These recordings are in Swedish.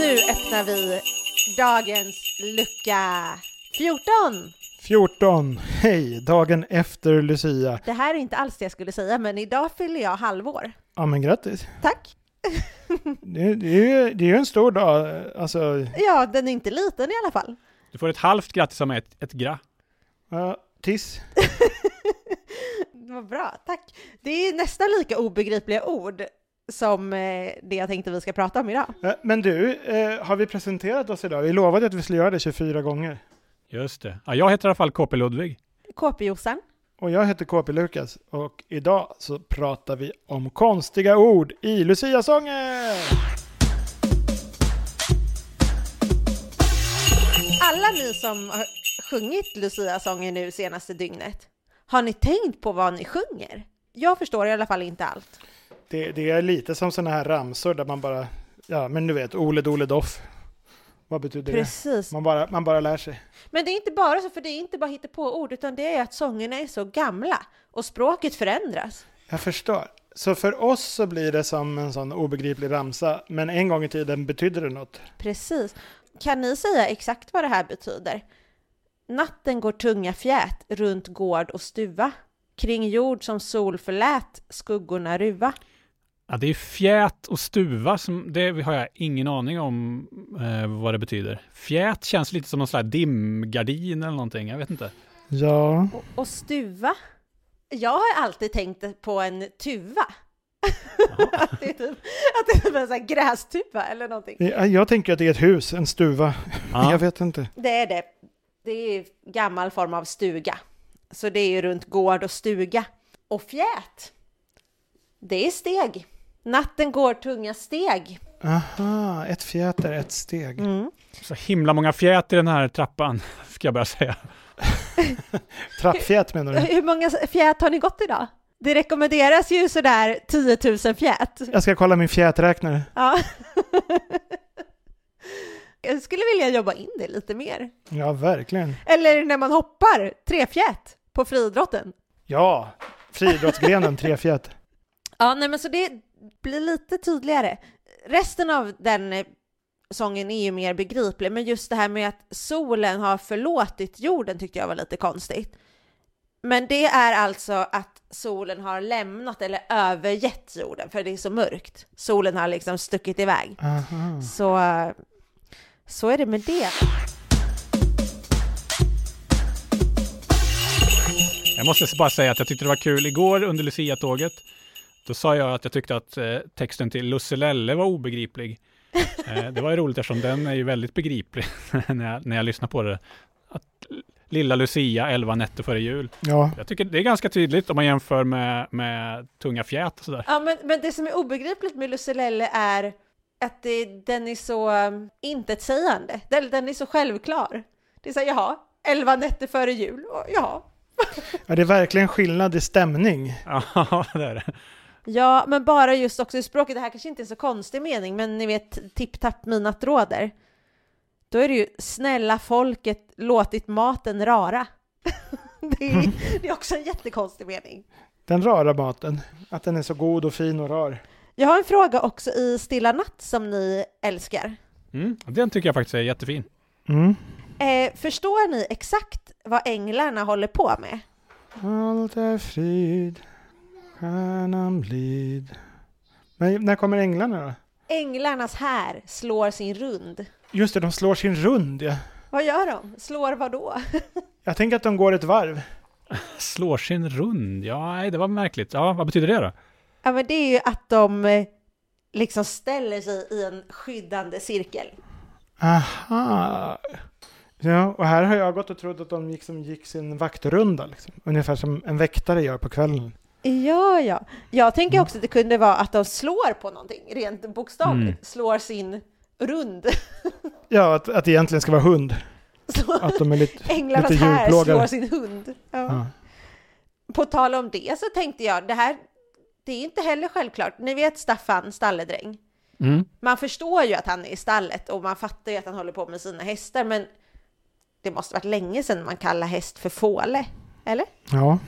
öppnar vi dagens lucka 14. 14. Hej, dagen efter Lucia. Det här är inte alls det jag skulle säga, men idag fyller jag halvår. Ja, men grattis. Tack! Det, det, är, ju- det är ju en stor dag. Alltså, Ja, den är inte liten i alla fall. Du får ett halvt grattis som ett, ett gra. ja, tiss. Vad bra, tack! Det är nästan lika obegripliga ord som eh, det jag tänkte vi ska prata om idag. Eh, Men du, eh, har vi presenterat oss idag? Vi lovade att vi skulle göra det 24 gånger. Just det. Ja, jag heter i alla fall KP Ludvig. KP-Jossan. Och jag heter KP Lukas och idag så pratar vi om konstiga ord i Luciasånger! Alla ni som har sjungit Lucia-sången nu senaste dygnet, har ni tänkt på vad ni sjunger? Jag förstår i alla fall inte allt. Det, det är lite som sådana här ramsor där man bara, ja men du vet, ole dole doff. Vad betyder Precis. det? Man bara, man bara lär sig. Men det är inte bara så, för det är inte bara på ord utan det är att sångerna är så gamla och språket förändras. Jag förstår. Så för oss så blir det som en sån obegriplig ramsa, men en gång i tiden betydde det något. Precis. Kan ni säga exakt vad det här betyder? Natten går tunga fjät runt gård och stuva. Kring jord som sol förlät skuggorna ruva. Ja, det är fjät och stuva, som, det har jag ingen aning om eh, vad det betyder. Fjät känns lite som någon slags dimgardin eller någonting, jag vet inte. Ja. Och, och stuva? Jag har alltid tänkt på en tuva. att, det är typ, att det är typ en sån här grästuva eller någonting. eh, Jag tänker att det är ett hus, en stuva. Jag vet inte. Det är det. Det är gammal form av stuga. Så det är ju runt gård och stuga. Och fjät, det är steg. Natten går tunga steg. Aha, ett fjäter, ett steg. Så himla många fjät i den här trappan, ska jag börja säga. Trappfjät menar du? Hur många fjät har ni gått idag? Det rekommenderas ju sådär 10 000 fjät. Jag ska kolla min fjäträknare. Ja. Jag skulle vilja jobba in det lite mer. Ja, verkligen. Eller när man hoppar, trefjät på friidrotten. Ja, friidrottsgrenen trefjät. Ja, nej men så det blir lite tydligare. Resten av den eh, sången är ju mer begriplig, men just det här med att solen har förlåtit jorden tyckte jag var lite konstigt. Men det är alltså att solen har lämnat eller övergett jorden, för det är så mörkt. Solen har liksom stuckit iväg. Aha. Så, eh, så är det med det. Jag måste bara säga att jag tyckte det var kul igår under Lucia-tåget. Då sa jag att jag tyckte att eh, texten till Lusselelle var obegriplig. Eh, det var ju roligt eftersom den är ju väldigt begriplig när, jag, när jag lyssnar på det. Att Lilla Lucia, 11 nätter före jul. Ja, Jag tycker det är ganska tydligt om man jämför med, med tunga fjät och sådär. Ja, men, men det som är obegripligt med Lucelelle är att det, den är så um, intetsägande. Den, den är så självklar. Det är så här, jaha, elva nätter före jul, och, jaha. ja det är verkligen skillnad i stämning. Ja, det är det. Ja, men bara just också i språket, det här kanske inte är en så konstig mening, men ni vet tipp tapp mina tråder. Då är det ju snälla folket låtit maten rara. det, är, det är också en jättekonstig mening. Den rara maten, att den är så god och fin och rar. Jag har en fråga också i Stilla natt som ni älskar. Mm, den tycker jag faktiskt är jättefin. Mm. Eh, förstår ni exakt vad änglarna håller på med? Allt är frid, stjärnan blid. Men när kommer änglarna då? Änglarnas här slår sin rund. Just det, de slår sin rund ja. Vad gör de? Slår vad då? Jag tänker att de går ett varv. Slår sin rund, ja, nej, det var märkligt. Ja, vad betyder det då? Ja, men det är ju att de eh, liksom ställer sig i en skyddande cirkel. Aha. Ja, och här har jag gått och trott att de gick, som gick sin vaktrunda. Liksom. Ungefär som en väktare gör på kvällen. Ja, ja. Jag tänker också att det kunde vara att de slår på någonting, rent bokstavligt. Mm. Slår sin rund. Ja, att, att det egentligen ska vara hund. Slår- Att de är lite... Änglarnas lite här djurplågade. slår sin hund. Ja. Ja. På tal om det så tänkte jag, det här det är inte heller självklart. Ni vet Staffan, stalledräng. Mm. Man förstår ju att han är i stallet och man fattar ju att han håller på med sina hästar, men det måste varit länge sedan man kallar häst för fåle, eller? Ja.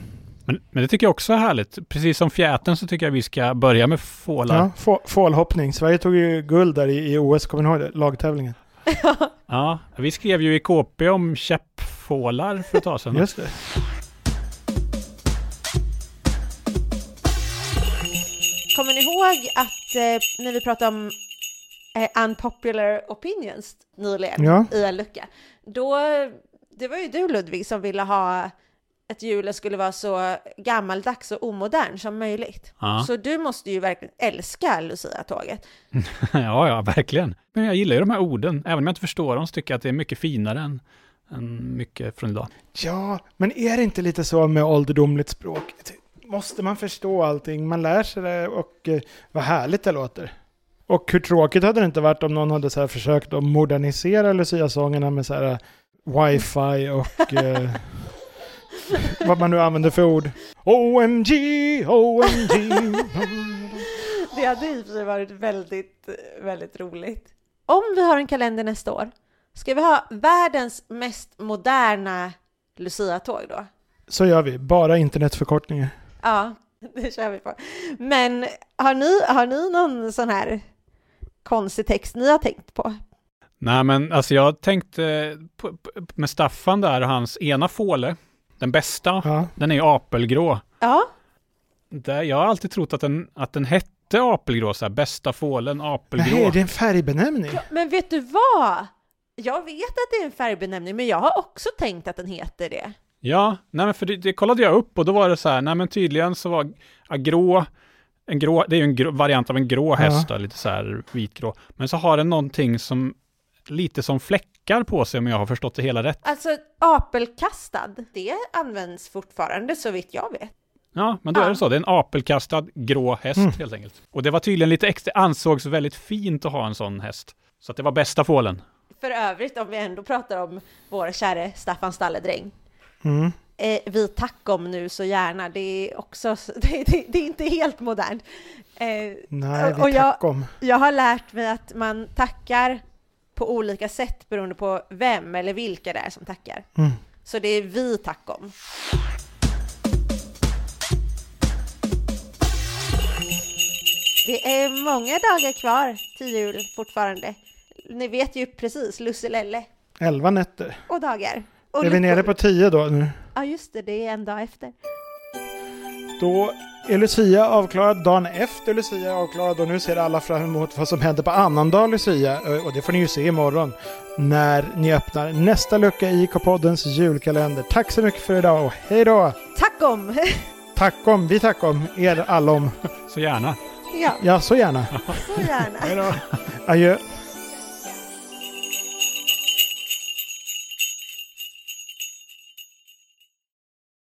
Men, men det tycker jag också är härligt. Precis som fjäten så tycker jag vi ska börja med fålar. ja. Få, fålhoppning. Sverige tog ju guld där i, i OS, kommer ni ihåg det? Lagtävlingen. Ja, vi skrev ju i KP om käppfålar för ett tag sedan. Just det. Kommer ni ihåg att eh, när vi pratade om eh, unpopular opinions nyligen Ja. i en lucka, då, det var ju du Ludvig som ville ha att julen skulle vara så gammaldags och omodern som möjligt. Ja. Så du måste ju verkligen älska Lucia-tåget. ja, ja, verkligen. Men jag gillar ju de här orden. Även om jag inte förstår dem så tycker jag att det är mycket finare än, än mycket från idag. Ja, men är det inte lite så med ålderdomligt språk? Måste man förstå allting? Man lär sig det och eh, vad härligt det låter. Och hur tråkigt hade det inte varit om någon hade så här försökt att modernisera Lucia-sångerna med så här eh, wifi och eh, vad man nu använder för ord. OMG, OMG. Det hade i och för sig varit väldigt, väldigt roligt. Om vi har en kalender nästa år, ska vi ha världens mest moderna Lucia-tåg då? Så gör vi, bara internetförkortningar. Ja, det kör vi på. Men har ni, har ni någon sån här konstig text ni har tänkt på? Nej, men alltså jag tänkte på, på, med Staffan där och hans ena fåle, den bästa, Ja. den är ju apelgrå. Ja, Där, jag har alltid trott att den, att den hette apelgrå, så här, bästa fålen apelgrå. Nej, det är en färgbenämning. men vet du vad? Jag vet att det är en färgbenämning, men jag har också tänkt att den heter det. Ja, nej men för det, det kollade jag upp och då var det så här, nej men tydligen så var ja, grå, en grå, det är ju en grå, variant av en grå häst då, lite så här vitgrå. Men så har den någonting som, lite som fläckar på sig om jag har förstått det hela rätt. Alltså apelkastad, det används fortfarande så vitt jag vet. Ja, men då Ja. är det så, det är en apelkastad grå häst Mm. helt enkelt. Och det var tydligen lite extra, det ansågs väldigt fint att ha en sån häst. Så att det var bästa fålen. För övrigt, om vi ändå pratar om vår käre Staffan Stalledräng, Mm. eh, vi tack om nu så gärna, det är också, det, det, det är inte helt modernt. Eh, Nej, Och vi jag- tack om. Jag har lärt mig att man tackar på olika sätt beroende på vem eller vilka det är som tackar. Mm. Så det är vi tack om. Det är många dagar kvar till jul fortfarande. Ni vet ju precis, Lusselelle Elva nätter. och dagar. Och Är vi luckor. nere på tio då nu? Ja just det, det är en dag efter. Då är Lucia avklarad, dagen efter Lucia är avklarad och nu ser alla fram emot vad som händer på annandag Lucia Ö, och det får ni ju se imorgon när ni öppnar nästa lucka i K-poddens julkalender. Tack så mycket för idag och hej då! Tack om! Tack om, vi tack om, er allom. Så gärna. ja, Ja, så gärna. så gärna. Hej då! Adjö!